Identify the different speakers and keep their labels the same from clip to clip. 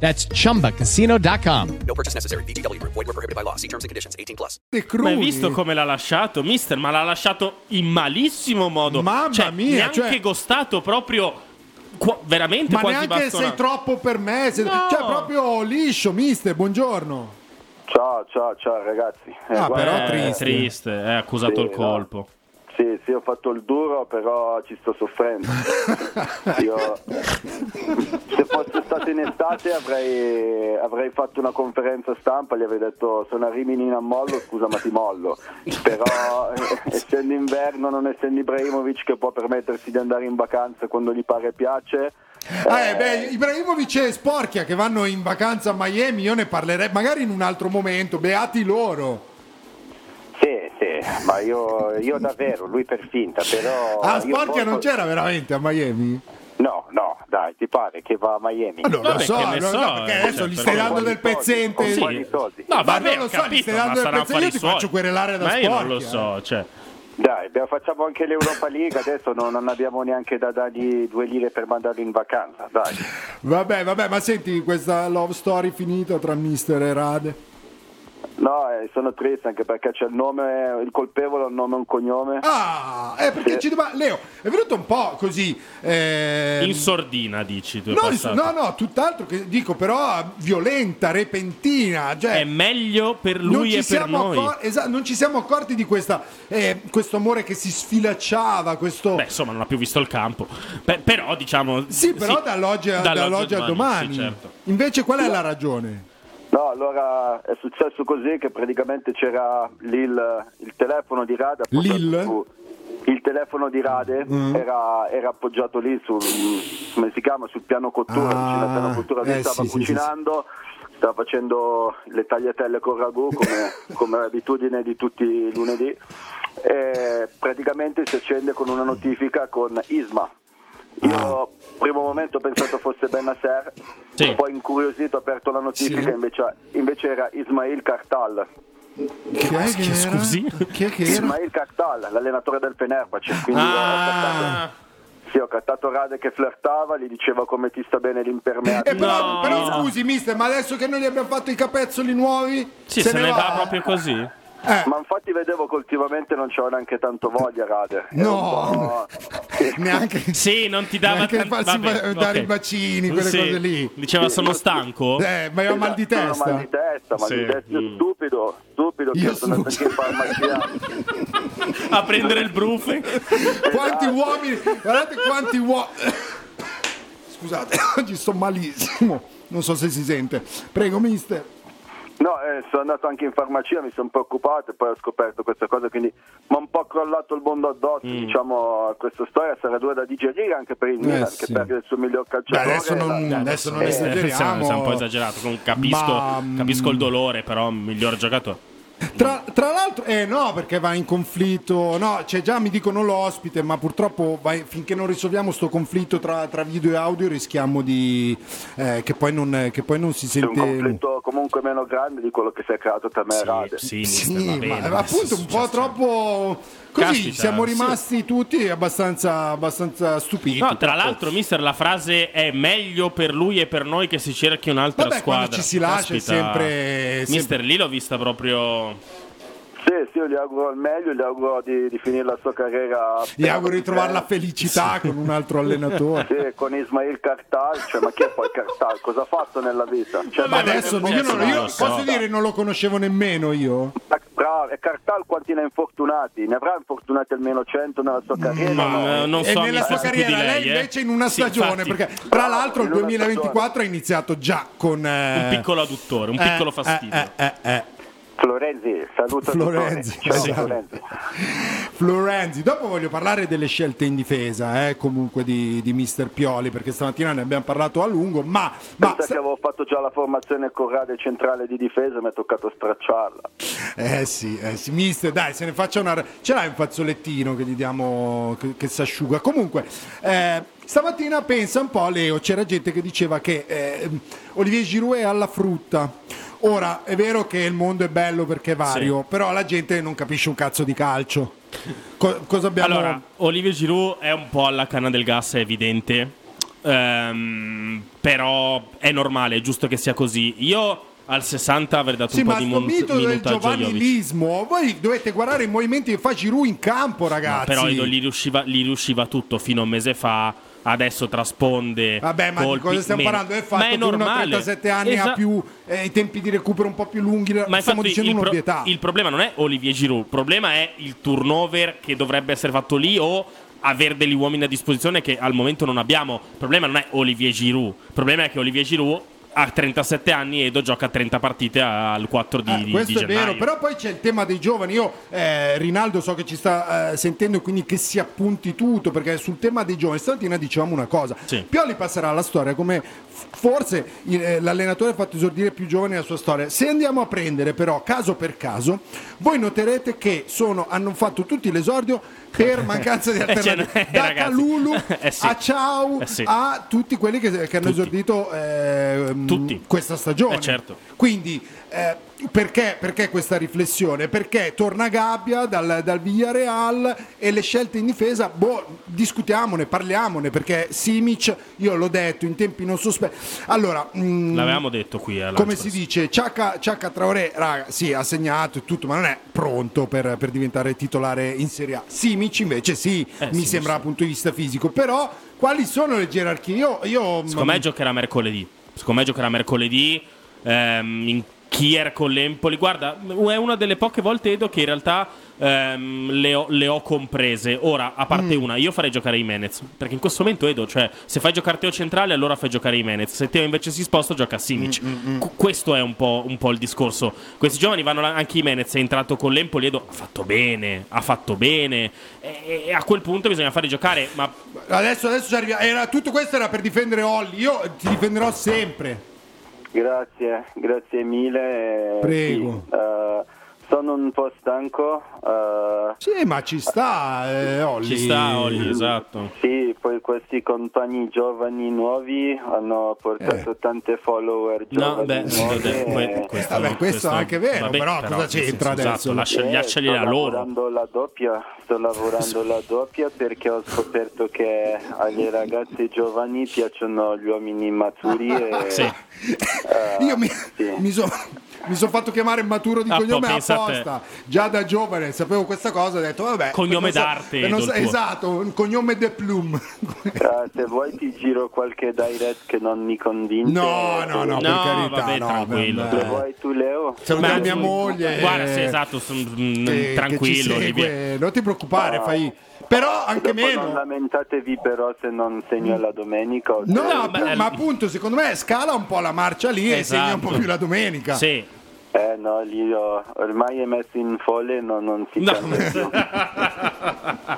Speaker 1: That's chumbacasino.com.
Speaker 2: No purchase necessary. VGW Group. Void were prohibited by law. See terms and conditions. 18 plus.
Speaker 3: Ma hai visto come l'ha lasciato, mister? Ma l'ha lasciato in malissimo modo.
Speaker 4: Mamma
Speaker 3: cioè,
Speaker 4: mia,
Speaker 3: Neanche
Speaker 4: cioè-
Speaker 3: gostato proprio. qua- veramente
Speaker 4: Ma
Speaker 3: quasi
Speaker 4: neanche
Speaker 3: bastonato.
Speaker 4: sei troppo per me, sei-
Speaker 3: No.
Speaker 4: cioè proprio liscio, mister, buongiorno.
Speaker 5: Ciao, ciao, ciao ragazzi. Eh,
Speaker 4: Ah,
Speaker 5: guarda,
Speaker 4: però
Speaker 3: Eh,
Speaker 4: triste.
Speaker 3: triste, eh, ha accusato
Speaker 5: Sì,
Speaker 3: il
Speaker 5: no.
Speaker 3: colpo.
Speaker 5: Sì, sì, ho fatto il duro, però ci sto soffrendo. Io, se fosse stato in estate avrei, avrei fatto una conferenza stampa, gli avrei detto sono a Rimini in ammollo, scusa ma ti mollo. Però eh, essendo inverno, non essendo Ibrahimovic che può permettersi di andare in vacanza quando gli pare e piace,
Speaker 4: Ah, eh, beh, Ibrahimovic e Sporchia che vanno in vacanza a Miami, io ne parlerei magari in un altro momento, beati loro.
Speaker 5: sì, sì, ma io, io davvero, lui per finta, però...
Speaker 4: Ah,
Speaker 5: io
Speaker 4: Sporchia non
Speaker 5: posso-
Speaker 4: c'era veramente a Miami?
Speaker 5: No, no, dai, ti pare che va a Miami?
Speaker 4: Ma non lo
Speaker 3: Vabbè,
Speaker 4: so,
Speaker 3: che
Speaker 4: non
Speaker 3: ne
Speaker 4: lo so,
Speaker 3: so,
Speaker 4: perché
Speaker 3: eh,
Speaker 4: adesso
Speaker 3: cioè,
Speaker 4: gli
Speaker 3: però-
Speaker 4: stai dando
Speaker 5: Con
Speaker 4: del
Speaker 5: quali soldi?
Speaker 4: pezzente.
Speaker 5: Con quali Eh, soldi?
Speaker 3: No,
Speaker 4: Ma
Speaker 3: vabbè,
Speaker 4: non
Speaker 3: ho
Speaker 4: lo so, gli
Speaker 3: capito,
Speaker 4: stai
Speaker 3: ma
Speaker 4: dando del
Speaker 3: saranno
Speaker 4: pezzo, io
Speaker 3: affari
Speaker 4: ti
Speaker 3: suoi.
Speaker 4: faccio querelare da
Speaker 3: Ma io non lo
Speaker 4: sporchi, eh.
Speaker 3: so, cioè.
Speaker 5: Dai, abbiamo- facciamo anche l'Europa League, adesso non, non abbiamo neanche da dargli due lire per mandarlo in vacanza, dai.
Speaker 4: Vabbè, vabbè, ma senti questa love story finita tra mister e Rade.
Speaker 5: No, eh, sono triste anche perché c'è il nome, il colpevole ha un nome e un cognome.
Speaker 4: Ah, eh, perché
Speaker 5: Sì.
Speaker 4: ci doveva- Leo, è venuto un po' così... ehm,
Speaker 3: In sordina, dici tu. è
Speaker 4: No,
Speaker 3: passato.
Speaker 4: no, no, tutt'altro che dico, però violenta, repentina, cioè
Speaker 3: È meglio per
Speaker 4: non
Speaker 3: Eh, lui
Speaker 4: ci
Speaker 3: e per
Speaker 4: siamo
Speaker 3: noi.
Speaker 4: accor- esa- non ci siamo accorti di questa, eh, questo amore che si sfilacciava, questo...
Speaker 3: Beh, insomma, non ha più visto il campo. Pe- però, diciamo.
Speaker 4: sì, però dall'oggi, a, dall'oggi a domani.
Speaker 3: sì, certo.
Speaker 4: Invece qual è la ragione?
Speaker 5: No, allora è successo così che praticamente c'era l'il- il telefono di Rade appoggiato
Speaker 4: Lil? Mm.
Speaker 5: su- il telefono di Rade era, era appoggiato lì sul come si chiama sul piano cottura,
Speaker 4: Ah,
Speaker 5: vicino al piano cottura lui
Speaker 4: eh,
Speaker 5: stava
Speaker 4: sì, sì,
Speaker 5: cucinando, stava facendo le tagliatelle con ragù come, come abitudine di tutti i lunedì e praticamente si accende con una notifica con Isma. Io
Speaker 4: Ah.
Speaker 5: al primo momento ho pensato fosse Benasser,
Speaker 3: Sì.
Speaker 5: poi incuriosito ho aperto la notifica
Speaker 4: Sì.
Speaker 5: invece, invece era Ismail Kartal.
Speaker 4: Chi è che era?
Speaker 3: scusi?
Speaker 4: Chi è che era?
Speaker 5: Ismail Kartal, l'allenatore del Fenerbahce. Quindi ho
Speaker 3: Ah,
Speaker 5: cattato- sì, ho cattato Rade che flirtava, gli diceva come ti sta bene
Speaker 4: Eh,
Speaker 5: l'impermeabile.
Speaker 4: però,
Speaker 3: No.
Speaker 4: però scusi, mister, ma adesso che noi gli abbiamo fatto i capezzoli nuovi,
Speaker 3: sì, se, ne va proprio così.
Speaker 4: Eh,
Speaker 5: Ma infatti vedevo che ultimamente non c'aveva neanche tanto voglia Rade. Era un
Speaker 4: no,
Speaker 5: po'-
Speaker 4: neanche.
Speaker 3: Sì, non ti dava
Speaker 4: Neanche
Speaker 3: tan-
Speaker 4: farsi
Speaker 3: vabbè,
Speaker 4: ba- dare
Speaker 3: ok.
Speaker 4: i bacini, quelle
Speaker 3: Sì.
Speaker 4: cose lì.
Speaker 3: Diceva sono stanco.
Speaker 4: Eh, ma io ho mal di
Speaker 5: Esatto,
Speaker 4: testa.
Speaker 5: mal di testa, mal
Speaker 3: Sì.
Speaker 5: di testa. Io
Speaker 3: Mm.
Speaker 5: Stupido, stupido
Speaker 4: Io
Speaker 5: che sono andato anche in farmacia.
Speaker 3: A prendere il
Speaker 4: Eh,
Speaker 3: brufe. Eh,
Speaker 4: Quanti uomini, guardate quanti uomini. Scusate, oggi sto malissimo. Non so se si sente. Prego, mister.
Speaker 5: No, eh, sono andato anche in farmacia, mi sono preoccupato e poi ho scoperto questa cosa, quindi mi ha un po' crollato il mondo addosso,
Speaker 3: Mm.
Speaker 5: diciamo, a questa storia sarà dura da digerire anche per il Milan,
Speaker 4: Eh, sì.
Speaker 5: che perde il suo miglior
Speaker 4: Beh,
Speaker 5: calciatore.
Speaker 4: adesso
Speaker 5: La-
Speaker 4: non, adesso non
Speaker 3: Eh,
Speaker 4: esageriamo.
Speaker 3: Stiamo, stiamo un po' esagerato. comunque Capisco,
Speaker 4: Ma, mm,
Speaker 3: capisco il dolore, però miglior giocatore.
Speaker 4: Tra, tra l'altro, eh no, perché va in conflitto. No, cioè già mi dicono l'ospite, ma purtroppo vai- finché non risolviamo sto conflitto tra, tra video e audio rischiamo di. eh, che, poi non, che poi non si
Speaker 5: C'è un
Speaker 4: sente.
Speaker 5: conflitto comunque meno grande di quello che si è creato tra me e Rade.
Speaker 3: Sì,
Speaker 4: Sì,
Speaker 3: mister, va
Speaker 4: ma
Speaker 3: bene, adesso
Speaker 4: appunto
Speaker 3: è
Speaker 4: un po'
Speaker 3: successo.
Speaker 4: troppo così
Speaker 3: Caspita,
Speaker 4: siamo
Speaker 3: sì.
Speaker 4: rimasti tutti abbastanza, abbastanza stupiti. Ecco.
Speaker 3: No, tra l'altro, mister, la frase è meglio per lui e per noi che si cerchi un'altra
Speaker 4: Vabbè, quando
Speaker 3: squadra.
Speaker 4: ci si lascia è sempre-
Speaker 3: Mister, lì l'ho vista proprio.
Speaker 5: Sì, questo io gli auguro il meglio, gli auguro di, di finire la sua carriera.
Speaker 4: Gli auguro di trovare la felicità con un altro allenatore.
Speaker 5: Sì, con Ismail Cartal, cioè, ma chi è poi Cartal? Cosa ha fatto nella vita? Cioè,
Speaker 4: Ma adesso
Speaker 5: non
Speaker 4: io, non, io
Speaker 6: lo
Speaker 4: posso
Speaker 6: so.
Speaker 4: dire non lo conoscevo nemmeno io.
Speaker 5: Bravo, e Cartal quanti ne ha infortunati? Ne avrà infortunati almeno 100 nella sua carriera?
Speaker 3: Ma eh, non
Speaker 4: e
Speaker 3: so,
Speaker 4: nella sua
Speaker 3: mister, se più di
Speaker 4: carriera lei,
Speaker 3: eh.
Speaker 4: invece in una
Speaker 3: Sì,
Speaker 4: stagione,
Speaker 3: infatti,
Speaker 4: perché tra l'altro il
Speaker 5: In una
Speaker 4: 2024 ha iniziato già con eh,
Speaker 3: un piccolo adduttore, un
Speaker 4: eh,
Speaker 3: piccolo fastidio.
Speaker 4: eh, eh, eh, eh.
Speaker 5: Florenzi, saluta
Speaker 4: Florenzi,
Speaker 5: Ciao,
Speaker 4: esatto.
Speaker 5: Florenzi.
Speaker 4: Florenzi, dopo voglio parlare delle scelte in difesa, eh, comunque di, di Mister Pioli, perché stamattina ne abbiamo parlato a lungo, ma, ma
Speaker 5: Pensa che avevo fatto già la formazione con Rade centrale di difesa e mi è toccato stracciarla.
Speaker 4: eh sì, eh sì, mister, dai, se ne faccia una. Ce l'hai un fazzolettino che gli diamo che, che si asciuga. Comunque, eh, stamattina pensa un po' a Leo, c'era gente che diceva che eh, Olivier Giroud è alla frutta. Ora, è vero che il mondo è bello perché è vario, però la gente non capisce un cazzo di calcio. Co- cosa abbiamo
Speaker 3: Allora, Olivier Giroud è un po' alla canna del gas, è evidente. Ehm, però è normale, è giusto che sia così. Io al 60 avrei dato
Speaker 4: Sì,
Speaker 3: un po'
Speaker 4: ma
Speaker 3: di
Speaker 4: sto
Speaker 3: mon-
Speaker 4: mito del
Speaker 3: minutaggio a Jovic.
Speaker 4: giovannilismo. Voi dovete guardare i movimenti che fa Giroud in campo, ragazzi.
Speaker 3: Però Edo gli riusciva, gli riusciva tutto fino a un mese fa. Adesso trasponde.
Speaker 4: Vabbè, ma di
Speaker 3: colpi
Speaker 4: cosa stiamo
Speaker 3: meno.
Speaker 4: parlando? Del
Speaker 3: Ma è
Speaker 4: fatto che uno a
Speaker 3: normale.
Speaker 4: 37 anni ha
Speaker 3: Esa-
Speaker 4: più eh, i tempi di recupero un po' più lunghi.
Speaker 3: Ma
Speaker 4: Stiamo
Speaker 3: infatti
Speaker 4: dicendo
Speaker 3: il, pro-
Speaker 4: un'ovvietà.
Speaker 3: il problema non è Olivier Giroud, il problema è il turnover che dovrebbe essere fatto lì o avere degli uomini a disposizione che al momento non abbiamo. Il problema non è Olivier Giroud, il problema è che Olivier Giroud ha 37 anni e Edo gioca 30 partite al 4 di,
Speaker 4: Eh,
Speaker 3: di-
Speaker 4: questo è
Speaker 3: di gennaio.
Speaker 4: vero, però poi c'è il tema dei giovani. Io, eh, Rinaldo, so che ci sta eh, sentendo, quindi che si appunti tutto perché sul tema dei giovani, stamattina dicevamo una cosa:
Speaker 3: Sì.
Speaker 4: Pioli passerà alla storia come f- forse eh, l'allenatore ha fatto esordire più giovani nella sua storia. Se andiamo a prendere, però, caso per caso, voi noterete che sono- hanno fatto tutti l'esordio per mancanza di alternative,
Speaker 3: cioè, eh,
Speaker 4: da
Speaker 3: ragazzi.
Speaker 4: Calulu
Speaker 3: Eh, sì.
Speaker 4: a Ciao
Speaker 3: Eh, sì.
Speaker 4: a tutti quelli che, che hanno
Speaker 3: Tutti.
Speaker 4: esordito ehm,
Speaker 3: Tutti.
Speaker 4: questa stagione.
Speaker 3: Eh, certo.
Speaker 4: Quindi eh, perché, perché questa riflessione? Perché torna Gabbia dal, dal Villarreal e le scelte in difesa, boh, discutiamone, parliamone, perché Simic, io l'ho detto, in tempi non sospetti. Allora, mh,
Speaker 3: L'avevamo detto qui. alla
Speaker 4: mm, come
Speaker 3: Express.
Speaker 4: si dice, Ciacca, Ciacca Traoré, raga, sì, ha segnato e tutto, ma non è pronto per, per diventare titolare in Serie A. Simic invece sì, mi
Speaker 3: Eh, Simic
Speaker 4: sembra
Speaker 3: sì.
Speaker 4: dal punto di vista fisico, però quali sono le gerarchie? Io, io
Speaker 3: Secondo me giocherà mercoledì. Secondo me giocherà mercoledì ehm, in Kier con l'Empoli. Guarda, è una delle poche volte Edo che in realtà ehm, le, ho, le ho comprese. Ora, a parte una, io farei giocare Menez Perché in questo momento Edo, cioè, se fai giocare Teo centrale, allora fai giocare Menez Se Teo invece si sposta, gioca Simic. Qu- questo è un po', un po' il discorso. Questi giovani vanno là- anche Menez è entrato con l'Empoli. Edo ha fatto bene, ha fatto bene. E, e a quel punto bisogna fare giocare, ma
Speaker 4: Adesso, adesso ci arriviamo. Era, tutto questo era per difendere Olli. Io ti difenderò sempre.
Speaker 5: Grazie, grazie mille. eh,
Speaker 4: Prego.
Speaker 5: sì, eh, sono un po' stanco. eh,
Speaker 4: Sì, ma ci sta, eh, Olli.
Speaker 3: ci sta Olli, esatto.
Speaker 5: sì, poi questi compagni giovani nuovi hanno portato
Speaker 4: Eh.
Speaker 5: tante follower
Speaker 3: No,
Speaker 5: giovani
Speaker 3: beh,
Speaker 5: nuovi.
Speaker 3: vabbè, que-
Speaker 5: eh,
Speaker 3: questo,
Speaker 4: vabbè, questo è anche vero, però cosa
Speaker 3: sì, sì,
Speaker 4: c'entra
Speaker 3: esatto,
Speaker 4: adesso?
Speaker 3: lascia-
Speaker 5: Eh,
Speaker 3: lasciali la
Speaker 5: Sto
Speaker 3: loro.
Speaker 5: lavorando la doppia, sto lavorando la doppia perché ho scoperto che agli ragazzi giovani piacciono gli uomini maturi e
Speaker 3: Sì.
Speaker 4: Io mi,
Speaker 5: sì.
Speaker 4: mi sono. mi son fatto chiamare maturo di
Speaker 3: Ah,
Speaker 4: cognome
Speaker 3: poi, pensa a te.
Speaker 4: apposta. Già da giovane sapevo questa cosa, ho detto vabbè.
Speaker 3: Cognome
Speaker 4: per non sa-
Speaker 3: d'arte,
Speaker 4: per non
Speaker 3: Edo,
Speaker 4: sa-
Speaker 3: il tuo.
Speaker 4: esatto, un cognome de plume.
Speaker 5: eh, se vuoi ti giro qualche direct che non mi convince.
Speaker 4: No, no, no, per
Speaker 3: No,
Speaker 4: carità.
Speaker 3: vabbè,
Speaker 4: no,
Speaker 3: tranquillo.
Speaker 4: vabbè.
Speaker 5: Se vuoi tu Leo?
Speaker 4: Salutiamo
Speaker 3: Ma-
Speaker 4: mia moglie.
Speaker 3: Guarda, sì,
Speaker 4: eh,
Speaker 3: esatto, son- mm,
Speaker 4: che- che ci
Speaker 3: tranquillo.
Speaker 4: segue,
Speaker 3: Olivier.
Speaker 4: non ti preoccupare, fai. Però anche
Speaker 5: Dopo
Speaker 4: meno.
Speaker 5: non lamentatevi però se non segno la domenica. o
Speaker 4: No,
Speaker 5: se-
Speaker 4: ma,
Speaker 3: beh,
Speaker 4: ma
Speaker 3: eh,
Speaker 4: appunto, secondo me scala un po' la marcia lì e segna un po'
Speaker 3: Esatto.
Speaker 4: più la domenica.
Speaker 3: Sì.
Speaker 5: Eh no, lì ho- ormai è messo in folle no, non si
Speaker 3: No.
Speaker 5: cambia più.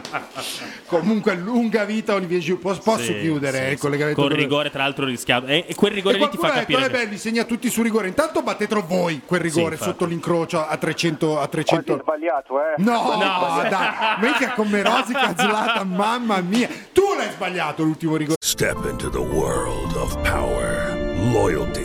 Speaker 4: Comunque, lunga vita Olivier Giroud. Posso, posso
Speaker 3: sì,
Speaker 4: chiudere eh,
Speaker 3: sì,
Speaker 4: il
Speaker 3: sì.
Speaker 4: collegamento?
Speaker 3: Col rigore, tra l'altro, rischiato. E, e quel rigore
Speaker 4: E
Speaker 3: lì ti
Speaker 4: qualcuno
Speaker 3: fa
Speaker 4: ha detto, eh
Speaker 3: capire.
Speaker 4: beh, li segna tutti su rigore. Intanto battetelo voi quel rigore
Speaker 3: infatti.
Speaker 4: sotto l'incrocio a 300. A
Speaker 5: Quanti
Speaker 4: 300.
Speaker 5: sbagliato, eh?
Speaker 4: No,
Speaker 3: No.
Speaker 4: dai, mica come Rosica Zlata, mamma mia. Tu l'hai sbagliato l'ultimo rigore.
Speaker 7: Step into the world of power, loyalty,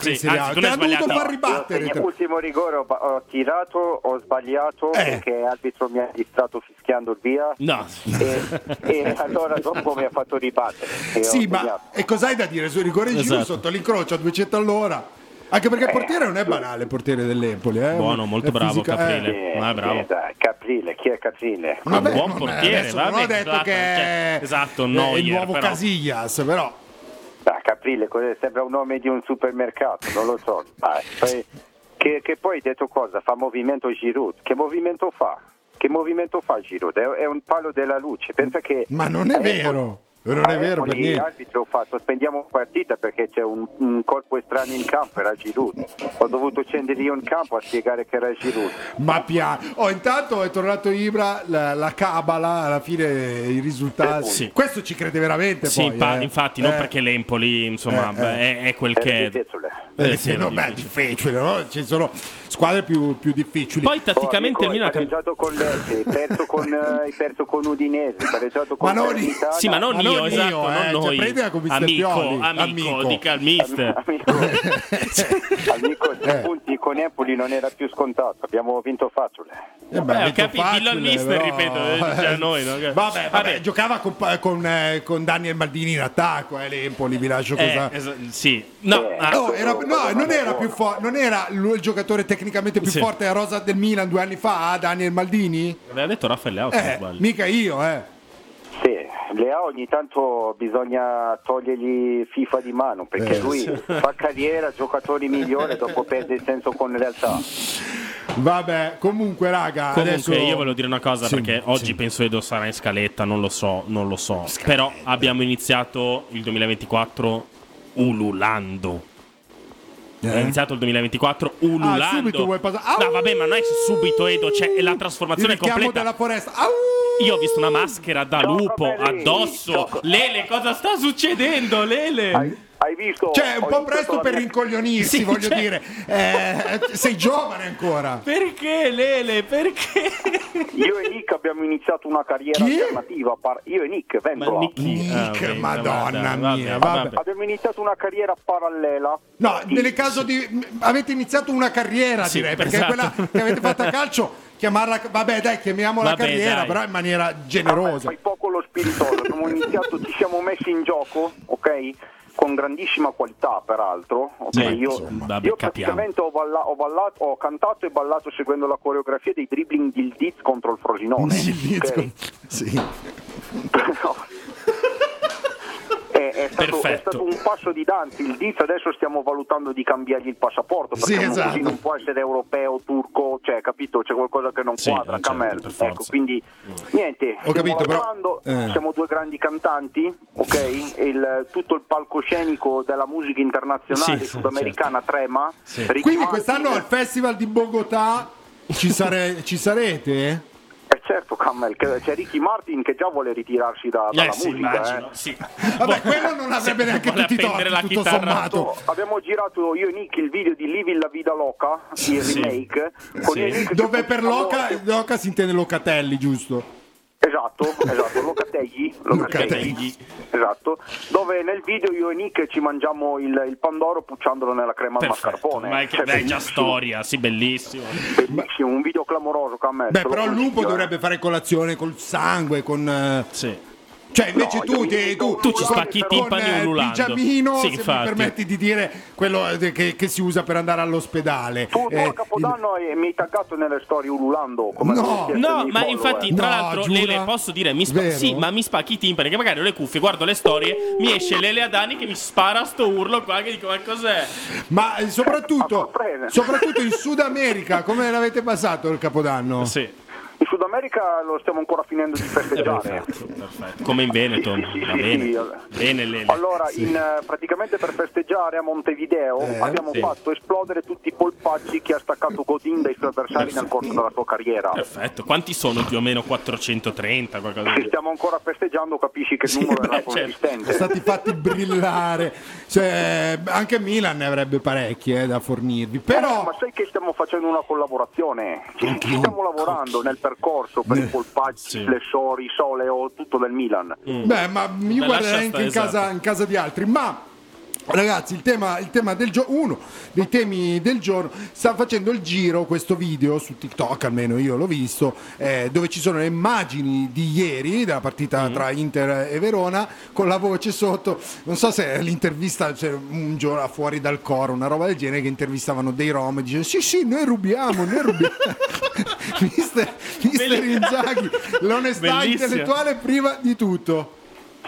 Speaker 3: Sì,
Speaker 4: Sì,
Speaker 3: anzi, tu
Speaker 4: te
Speaker 3: ne
Speaker 4: l'ha
Speaker 3: hai
Speaker 4: dovuto
Speaker 3: sbagliato.
Speaker 4: far
Speaker 5: Io
Speaker 4: ribattere.
Speaker 5: segno
Speaker 4: te-
Speaker 5: ultimo rigore ho, ba- ho tirato, ho sbagliato perché l'arbitro mi ha distratto fischiando il via
Speaker 3: Eh. No.
Speaker 5: e, e allora dopo mi ha fatto ribattere. e ho
Speaker 4: Sì,
Speaker 5: segnato.
Speaker 4: ma e cos'hai da dire sul rigore in giro
Speaker 3: Esatto.
Speaker 4: sotto l'incrocio a 200 all'ora? Anche perché il portiere non è banale, il portiere dell'Empoli. Eh?
Speaker 3: Buono, molto
Speaker 4: È
Speaker 3: bravo,
Speaker 4: fisica-
Speaker 3: Caprile.
Speaker 4: eh.
Speaker 3: Ma è bravo.
Speaker 5: Eh, dai, Caprile, chi è Caprile?
Speaker 3: Ma
Speaker 4: Vabbè, non
Speaker 3: buon
Speaker 4: è-
Speaker 3: portiere,
Speaker 4: adesso
Speaker 3: vabbè,
Speaker 4: Non ho detto
Speaker 3: Zlatan,
Speaker 4: che
Speaker 3: cioè, esatto,
Speaker 4: è
Speaker 3: Neuer,
Speaker 4: il nuovo
Speaker 3: però.
Speaker 4: Casillas, però.
Speaker 5: Ah, Caprile, cos'è? sembra un nome di un supermercato, non lo so. Ah, poi- che, che poi detto cosa? Fa movimento Giroud. Che movimento fa? Che movimento fa Giroud? È, è un palo della luce. Pensa che
Speaker 4: Ma non è
Speaker 5: a Empoli-
Speaker 4: vero. Non
Speaker 5: a
Speaker 4: è vero per
Speaker 5: Empoli
Speaker 4: niente.
Speaker 5: L'arbitro fa sospendiamo la partita perché c'è un, un colpo estraneo in campo, era Giroud. Ho dovuto scendere io in campo a spiegare che era Giroud.
Speaker 4: Ma piano. Oh, intanto è tornato Ibra, la, la cabala, alla fine i risultati.
Speaker 3: Sì.
Speaker 4: Questo ci crede veramente
Speaker 3: Sì,
Speaker 4: poi,
Speaker 3: pa-
Speaker 4: eh.
Speaker 3: infatti, non
Speaker 4: Eh,
Speaker 3: perché l'Empoli, insomma,
Speaker 4: Eh, eh.
Speaker 3: beh, È, è quel
Speaker 5: Era
Speaker 3: che è.
Speaker 5: difficile.
Speaker 4: eh,
Speaker 3: Eh,
Speaker 4: sì,
Speaker 3: sì, era
Speaker 4: no, beh, è
Speaker 3: difficile.
Speaker 4: difficile, no? Ci sono squadre più, più difficili.
Speaker 3: Poi tatticamente
Speaker 5: Oh,
Speaker 3: il
Speaker 5: amico, hai
Speaker 3: Milan ha cambiato.
Speaker 5: pareggiato con Lecce, hai perso con, eh, hai perso con Udinese, hai pareggiato
Speaker 4: Ma
Speaker 5: con
Speaker 4: non-
Speaker 5: Salernitana.
Speaker 3: Sì, ma non
Speaker 4: Ah, Ma non
Speaker 3: io,
Speaker 4: io,
Speaker 3: esatto,
Speaker 4: eh, cioè,
Speaker 3: non noi.
Speaker 4: prendila con mister
Speaker 3: amico,
Speaker 4: Pioli,
Speaker 3: amico,
Speaker 4: amico.
Speaker 3: dica al mister.
Speaker 5: Amico, amico
Speaker 4: Eh.
Speaker 5: tre punti con Empoli non era più scontato, abbiamo vinto facile.
Speaker 4: Eh,
Speaker 3: Beh, ho
Speaker 4: vinto
Speaker 3: capito, dillo al mister, ripeto, eh, cioè, a noi, no?
Speaker 4: Vabbè, vabbè,
Speaker 3: Vabbè.
Speaker 4: giocava con, con, eh, con Daniel Maldini in attacco, eh, l'Empoli, vi lascio
Speaker 3: Eh,
Speaker 4: cosa...
Speaker 3: es- sì. No,
Speaker 5: Eh,
Speaker 3: ah,
Speaker 4: No, era- no, non era più forte, non era lui il giocatore tecnicamente più
Speaker 3: Sì.
Speaker 4: forte a rosa del Milan due anni fa, ah, Daniel Maldini?
Speaker 3: aveva detto Raffaele Auto, se non
Speaker 4: Eh,
Speaker 3: sbaglio.
Speaker 4: mica io, eh.
Speaker 5: Sì, Lea ogni tanto bisogna togliergli FIFA di mano perché
Speaker 4: Eh,
Speaker 5: lui fa carriera, giocatori migliore, dopo perde il senso con realtà.
Speaker 4: Vabbè, comunque raga,
Speaker 3: Comunque
Speaker 4: adesso
Speaker 3: io volevo dire una cosa
Speaker 4: Sì,
Speaker 3: perché
Speaker 4: sì.
Speaker 3: oggi penso Edo sarà in scaletta, non lo so, non lo so. Però abbiamo iniziato il 2024 ululando. È iniziato il 2024 ululando.
Speaker 4: Eh? Ah, subito vuoi passare-
Speaker 3: No,
Speaker 4: Au!
Speaker 3: vabbè, ma non è subito Edo, cioè è la trasformazione
Speaker 4: il
Speaker 3: è
Speaker 4: richiamo
Speaker 3: completa.
Speaker 4: della foresta. Au!
Speaker 3: Io ho visto una maschera da
Speaker 5: Ciao,
Speaker 3: lupo
Speaker 5: Capelli.
Speaker 3: addosso.
Speaker 5: Ciao.
Speaker 3: Lele, cosa sta succedendo, Lele?
Speaker 5: Hai visto?
Speaker 4: Cioè, è un po'
Speaker 5: Ho iniziato
Speaker 4: presto
Speaker 5: la
Speaker 4: per
Speaker 5: mia-
Speaker 4: rincoglionirsi,
Speaker 3: Sì,
Speaker 4: voglio
Speaker 3: cioè-
Speaker 4: dire. Eh, sei giovane ancora.
Speaker 3: Perché, Lele? Perché?
Speaker 5: Io e Nick abbiamo iniziato una carriera
Speaker 4: Chi?
Speaker 5: alternativa. par- Io e Nick, vengo.
Speaker 3: Ah,
Speaker 4: Nick, madonna mia, vabbè.
Speaker 5: Abbiamo iniziato una carriera parallela.
Speaker 4: No,
Speaker 5: Sì.
Speaker 4: nel caso di m- avete iniziato una carriera,
Speaker 3: Sì,
Speaker 4: direi, perché
Speaker 3: esatto.
Speaker 4: quella che avete fatto a calcio chiamarla vabbè, dai, chiamiamola
Speaker 3: Vabbè,
Speaker 4: carriera,
Speaker 3: dai.
Speaker 4: però in maniera
Speaker 5: Vabbè,
Speaker 4: generosa.
Speaker 5: Fai poco lo spiritoso, abbiamo iniziato, ci siamo messi in gioco, ok? Con grandissima qualità, peraltro. ok?
Speaker 3: Sì,
Speaker 5: io
Speaker 3: insomma, vabbè, capiamo.
Speaker 5: io praticamente ho, balla- ho ballato, ho cantato e ballato seguendo la coreografia dei dribbling di Ildiz contro il Frosinone. ok?
Speaker 4: Sì.
Speaker 5: No. È, è stato, è
Speaker 3: Perfetto.
Speaker 5: stato un passo di Dante il Diz adesso stiamo valutando di cambiargli il passaporto perché
Speaker 4: Sì,
Speaker 5: uno
Speaker 4: esatto.
Speaker 5: così non può essere europeo, turco, cioè capito c'è qualcosa che non
Speaker 3: Sì,
Speaker 5: quadra,
Speaker 3: eh, certo,
Speaker 5: Camel
Speaker 3: per forza. Mm.
Speaker 5: ecco, quindi niente,
Speaker 4: Ho capito, però-
Speaker 5: lavorando,
Speaker 4: eh.
Speaker 5: siamo due grandi cantanti ok, E il- tutto il palcoscenico della musica internazionale
Speaker 3: Sì, certo. sì,
Speaker 5: sudamericana trema Rick
Speaker 4: Quindi
Speaker 5: Martin-
Speaker 4: quest'anno al Festival di Bogotà ci, sare- ci sarete?
Speaker 5: eh, certo Camel, che- c'è Ricky Martin che già vuole ritirarsi da- dalla
Speaker 3: Eh, sì,
Speaker 5: musica eh.
Speaker 3: immagino, sì.
Speaker 4: Vabbè, quello non avrebbe neanche
Speaker 3: Boh. vuole
Speaker 4: tutti i
Speaker 3: appendere
Speaker 4: torti,
Speaker 3: la
Speaker 4: tutto
Speaker 3: chitarra.
Speaker 4: sommato.
Speaker 5: Abbiamo girato io e Nick il video di Living la Vida Loca, il
Speaker 3: Sì.
Speaker 5: remake, con
Speaker 3: Sì.
Speaker 5: io e Nick che
Speaker 4: Dove per
Speaker 5: facciamo-
Speaker 4: Loca, Loca si intende Locatelli, giusto?
Speaker 5: Esatto, esatto, Locatelli,
Speaker 4: Locatelli.
Speaker 5: Locatelli. Esatto, dove nel video io e Nick ci mangiamo il, il pandoro pucciandolo nella crema al
Speaker 3: Perfetto.
Speaker 5: mascarpone.
Speaker 3: Ma è che
Speaker 5: Cioè,
Speaker 3: vecchia
Speaker 5: bellissimo,
Speaker 3: storia, sì, bellissimo.
Speaker 5: bellissimo, un video clamoroso che ha messo.
Speaker 4: Beh,
Speaker 5: lo
Speaker 4: però il lupo
Speaker 5: consiglio, eh.
Speaker 4: dovrebbe fare colazione col sangue, con... eh,
Speaker 3: Sì.
Speaker 4: Cioè, invece tu, ti- tu,
Speaker 3: Tu ci
Speaker 4: con-
Speaker 3: spacchi i
Speaker 4: con,
Speaker 3: timpani
Speaker 4: eh,
Speaker 3: ululando.
Speaker 4: Pigiamino,
Speaker 3: Sì,
Speaker 4: se mi
Speaker 3: infatti.
Speaker 4: permetti di dire quello eh, che, che si usa per andare all'ospedale.
Speaker 5: Tu
Speaker 4: Eh,
Speaker 5: a Capodanno e mi hai taccato nelle storie ululando. Come
Speaker 4: No.
Speaker 3: No, ma
Speaker 5: eh.
Speaker 3: infatti, tra
Speaker 4: No,
Speaker 3: l'altro,
Speaker 4: giura?
Speaker 3: Lele, posso dire, mi spa-
Speaker 4: Vero?
Speaker 3: sì, ma mi spacchi i timpani. Che magari ho le cuffie, guardo le storie, mi esce Lele Adani che mi spara sto urlo qua. Che dico, ma cos'è?
Speaker 4: Ma eh, soprattutto, soprattutto in Sud America, come l'avete passato il Capodanno?
Speaker 3: Sì.
Speaker 5: In Sud America lo stiamo ancora finendo di
Speaker 4: Esatto.
Speaker 5: festeggiare.
Speaker 3: Come in Veneto. Va bene. Bene, Lele.
Speaker 5: Allora, in, eh, praticamente per festeggiare a Montevideo
Speaker 4: Eh,
Speaker 5: abbiamo
Speaker 3: sì.
Speaker 5: fatto esplodere tutti i polpacci che ha staccato Godin dai suoi
Speaker 4: Eh,
Speaker 5: avversari nel corso della sua carriera.
Speaker 3: Perfetto. Quanti sono più o meno 430? Qualcosa
Speaker 5: Se stiamo ancora festeggiando, capisci che il numero era consistente.
Speaker 4: Sono stati fatti brillare. Cioè, anche Milan ne avrebbe parecchi eh, da fornirvi. Però
Speaker 5: Eh, ma sai che stiamo facendo una collaborazione? Ci, ci stiamo lavorando nel percorso
Speaker 4: Eh,
Speaker 5: per i polpacci, le sori, i soleo, tutto del Milan.
Speaker 4: Beh, ma io guarderei anche in, casa, in casa di altri. Ma. Ragazzi, il tema, il tema del giorno, uno dei temi del giorno, sta facendo il giro questo video su TikTok, almeno io l'ho visto, eh, dove ci sono le immagini di ieri della partita tra Inter e Verona con la voce sotto, non so se è l'intervista c'era un giorno fuori dal coro, una roba del genere, che intervistavano dei rom e dicevano sì sì, noi rubiamo, noi rubiamo. Mister, mister Inzaghi, l'onestà
Speaker 5: Bellissimo.
Speaker 4: intellettuale prima di tutto.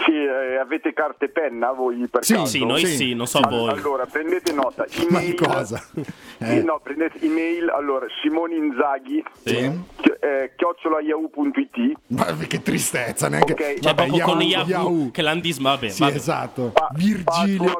Speaker 5: Sì, eh, avete carte e penna voi per
Speaker 4: Sì,
Speaker 5: caso?
Speaker 4: sì, noi Sì. sì, non so
Speaker 5: Al-
Speaker 4: voi.
Speaker 5: Allora, prendete nota.
Speaker 4: Ma
Speaker 5: Email,
Speaker 4: di cosa? Eh.
Speaker 5: Sì, no, prendete email, allora, Simone Inzaghi,
Speaker 4: Sì.
Speaker 5: chi- eh, chiocciola yahoo.it.
Speaker 4: Ma che tristezza, neanche...
Speaker 5: Ok.
Speaker 3: Cioè,
Speaker 4: Vabbè,
Speaker 3: proprio con
Speaker 4: Yahoo,
Speaker 3: Yahoo, che l'hanno dis- Vabbè,
Speaker 4: Sì,
Speaker 3: vabbè.
Speaker 4: esatto. Virgilio.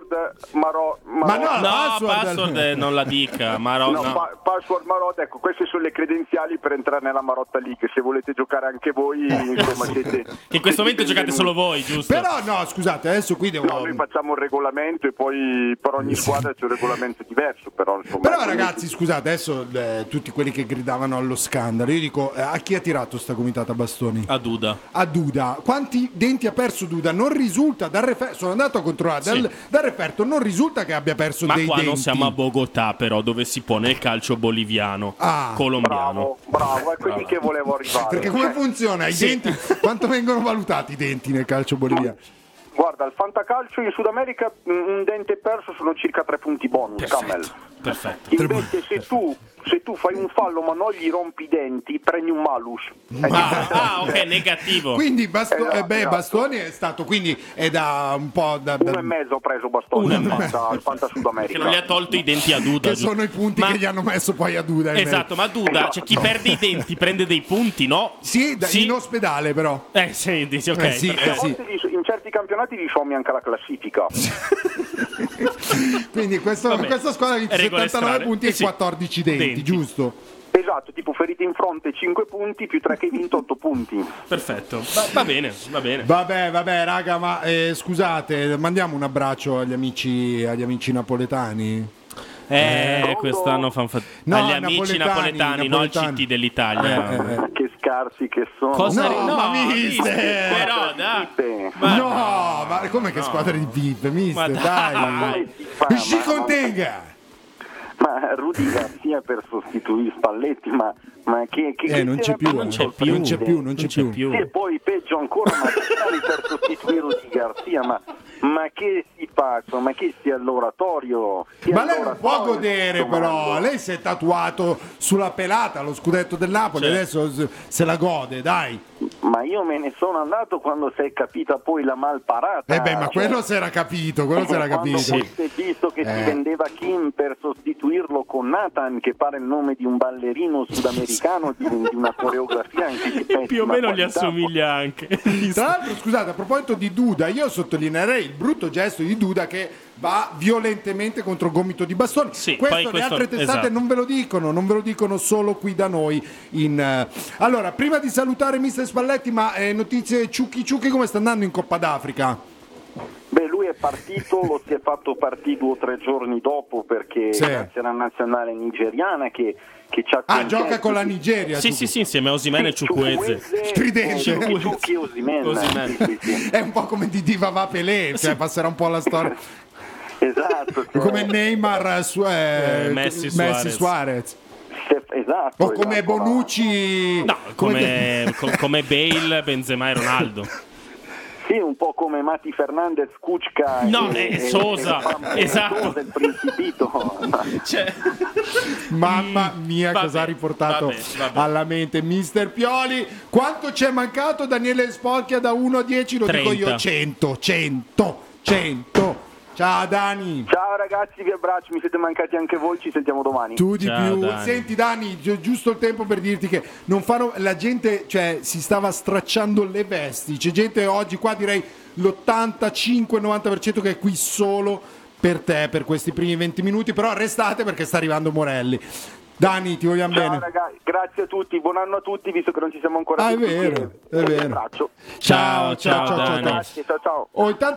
Speaker 5: Maro,
Speaker 4: Ma no, la
Speaker 3: no,
Speaker 4: password-
Speaker 3: eh, non la dica. Ma no,
Speaker 5: No,
Speaker 3: no.
Speaker 5: pa- password Marotta, ecco, queste sono le credenziali per entrare nella Marotta League. Se volete giocare anche voi,
Speaker 4: Eh.
Speaker 5: insomma, siete.
Speaker 3: Che in questo momento giocate solo voi, giusto?
Speaker 4: Però no, scusate, adesso qui devo...
Speaker 5: No, noi facciamo un regolamento e poi per ogni squadra c'è un regolamento diverso, però insomma.
Speaker 4: Però ragazzi, scusate, adesso eh, tutti quelli che gridavano allo scandalo, io dico, eh, a chi ha tirato sta comitata bastoni?
Speaker 3: A Duda.
Speaker 4: A Duda. Quanti denti ha perso Duda? Non risulta, dal refer- sono andato a controllare, dal, dal referto non risulta che abbia perso
Speaker 3: Ma
Speaker 4: dei
Speaker 3: qua
Speaker 4: denti.
Speaker 3: non siamo a Bogotà, però, dove si pone il calcio boliviano,
Speaker 4: Ah.
Speaker 3: colombiano.
Speaker 5: Bravo, è quelli che volevo arrivare.
Speaker 4: Perché come
Speaker 5: Cioè,
Speaker 4: funziona? I
Speaker 5: sì.
Speaker 4: denti, quanto vengono valutati i denti nel calcio boliviano?
Speaker 5: Guarda, al fantacalcio in Sud America mh, un dente perso sono circa tre punti bonus, Camel.
Speaker 3: Perfetto.
Speaker 5: Invece se tu, se tu fai un fallo ma non gli rompi i denti, prendi un malus. Eh, diciamo,
Speaker 3: Ah, ah, ok, negativo.
Speaker 4: Quindi Basto-
Speaker 5: Esatto,
Speaker 4: eh, beh,
Speaker 5: esatto.
Speaker 4: Bastoni è stato, quindi è da un po'... Da, da-
Speaker 5: Uno e mezzo ho preso bastone al Fanta, al Fanta Sud
Speaker 3: Che
Speaker 5: America.
Speaker 3: non gli ha tolto i denti a Duda.
Speaker 4: che
Speaker 3: giusto?
Speaker 4: sono i punti che gli hanno messo poi a Duda. invece.
Speaker 3: Esatto, ma Duda, cioè, chi perde i denti prende dei punti, no?
Speaker 4: Sì, da- in ospedale però.
Speaker 3: Eh, sì, dici, ok.
Speaker 4: Eh, sì,
Speaker 3: perfetto.
Speaker 4: eh, sì.
Speaker 5: In certi campionati risommi anche la classifica.
Speaker 4: Quindi questo-
Speaker 5: Vabbè.
Speaker 4: questa squadra ha vinto
Speaker 5: Regole
Speaker 4: 79
Speaker 5: strane.
Speaker 4: punti
Speaker 5: Eh
Speaker 4: e
Speaker 5: sì.
Speaker 4: 14 denti,
Speaker 5: Denti.
Speaker 4: giusto?
Speaker 5: Esatto, tipo ferite in fronte 5 punti più 3 che hai vinto 8 punti.
Speaker 3: Perfetto, va, va bene, va bene.
Speaker 4: Vabbè, vabbè, raga, ma eh, scusate, mandiamo un abbraccio agli amici, agli amici napoletani.
Speaker 3: Eh, quest'anno fanno fa-
Speaker 4: No,
Speaker 3: agli
Speaker 4: napoletani,
Speaker 3: amici napoletani, no al
Speaker 4: napoletani. Eh,
Speaker 3: CT dell'Italia.
Speaker 5: Che scarsi che sono.
Speaker 3: Cosa
Speaker 4: No,
Speaker 3: ri- Eh. no, Eh.
Speaker 4: ma mister!
Speaker 3: mister, però dai.
Speaker 4: no, ma come che squadra di VIP, mister,
Speaker 3: Ma
Speaker 4: dai.
Speaker 3: dai.
Speaker 4: Ma Si contenga!
Speaker 5: Ma Rudy Garcia per sostituire Spalletti, ma, ma che, che
Speaker 4: Eh, non c'è più, non c'è più, non c'è più, non c'è più.
Speaker 5: E poi peggio ancora Mazzini per sostituire Rudy Garcia, ma, ma che si faccia, ma che sia l'oratorio. sia
Speaker 4: Ma lei non può
Speaker 5: l'oratorio,
Speaker 4: godere
Speaker 5: insomma.
Speaker 4: però, eh. lei si è tatuato sulla pelata lo scudetto del Napoli,
Speaker 5: Sì.
Speaker 4: adesso se- se la gode, dai.
Speaker 5: Ma io me ne sono andato quando si è capita poi la malparata. cioè,
Speaker 4: Eh beh, ma quello si era capito, quello si era
Speaker 5: Quando
Speaker 4: capito.
Speaker 5: poi si è visto che si
Speaker 4: Eh.
Speaker 5: vendeva Kim per sostituirlo con Nathan, che pare il nome di un ballerino sudamericano di, di una coreografia anche di
Speaker 3: Più o
Speaker 5: pessima
Speaker 3: meno gli
Speaker 5: qualità.
Speaker 3: assomiglia anche.
Speaker 4: Tra l'altro, scusate, a proposito di Duda, io sottolineerei il brutto gesto di Duda che va violentemente contro il gomito di Bastoni. questo
Speaker 3: poi
Speaker 4: le
Speaker 3: questo-
Speaker 4: altre testate
Speaker 3: esatto.
Speaker 4: non ve lo dicono, non ve lo dicono solo qui da noi. in, eh. Allora, prima di salutare Mister Spalletti, ma eh, notizie ciucchi ciucchi come sta andando in Coppa d'Africa?
Speaker 5: Beh, lui è partito, lo si è fatto partire due o tre giorni dopo perché
Speaker 4: Sì.
Speaker 5: grazie alla nazionale nigeriana che, che ci ha
Speaker 4: Ah,
Speaker 5: concesso-
Speaker 4: gioca con la Nigeria.
Speaker 3: Sì, sì, sì, insieme a Osimene e Ciuqueze.
Speaker 4: Tridente.
Speaker 5: Ciucchi Osimhen.
Speaker 3: Osimhen.
Speaker 5: Sì, sì, sì.
Speaker 4: È un po' come di Diva va Pelé, cioè passerà un po' alla storia.
Speaker 5: Esatto. cioè,
Speaker 4: Come Neymar, su- eh,
Speaker 3: Eh, Messi, Suarez.
Speaker 4: Suarez.
Speaker 5: se- esatto.
Speaker 4: O come
Speaker 5: esatto,
Speaker 4: Bonucci.
Speaker 3: No, come, co- come Bale, Benzema e Ronaldo.
Speaker 5: Sì, un po' come Mati Fernandez, Cucca
Speaker 3: No,
Speaker 5: e,
Speaker 4: eh,
Speaker 3: e Sosa, esatto.
Speaker 5: del Principito.
Speaker 3: Cioè,
Speaker 4: Mm, Mamma mia, cosa ha riportato alla mente Mister Pioli. Quanto ci è mancato Daniele Spocchia da 1 a 10? Lo dico
Speaker 5: 30.
Speaker 4: io 100, 100, 100. Ciao Dani.
Speaker 5: Ciao ragazzi, vi abbraccio, mi siete mancati anche voi, ci sentiamo domani.
Speaker 4: Tu di più. Senti Dani, gi- giusto il tempo per dirti che non fanno la gente, cioè si stava stracciando le vesti. C'è gente oggi qua direi l'85-90% che è qui solo per te per questi primi 20 minuti, però restate perché sta arrivando Morelli. Dani, ti vogliamo
Speaker 5: Ciao
Speaker 4: bene.
Speaker 5: ragazzi, grazie a tutti, buon anno a tutti, visto che non ci siamo ancora
Speaker 4: Ah, è
Speaker 5: sentiti.
Speaker 4: vero, è
Speaker 5: Un
Speaker 4: vero.
Speaker 5: abbraccio.
Speaker 4: Ciao, ciao, ciao, ciao, ciao.
Speaker 5: Grazie, ciao ciao.
Speaker 4: Oh, intanto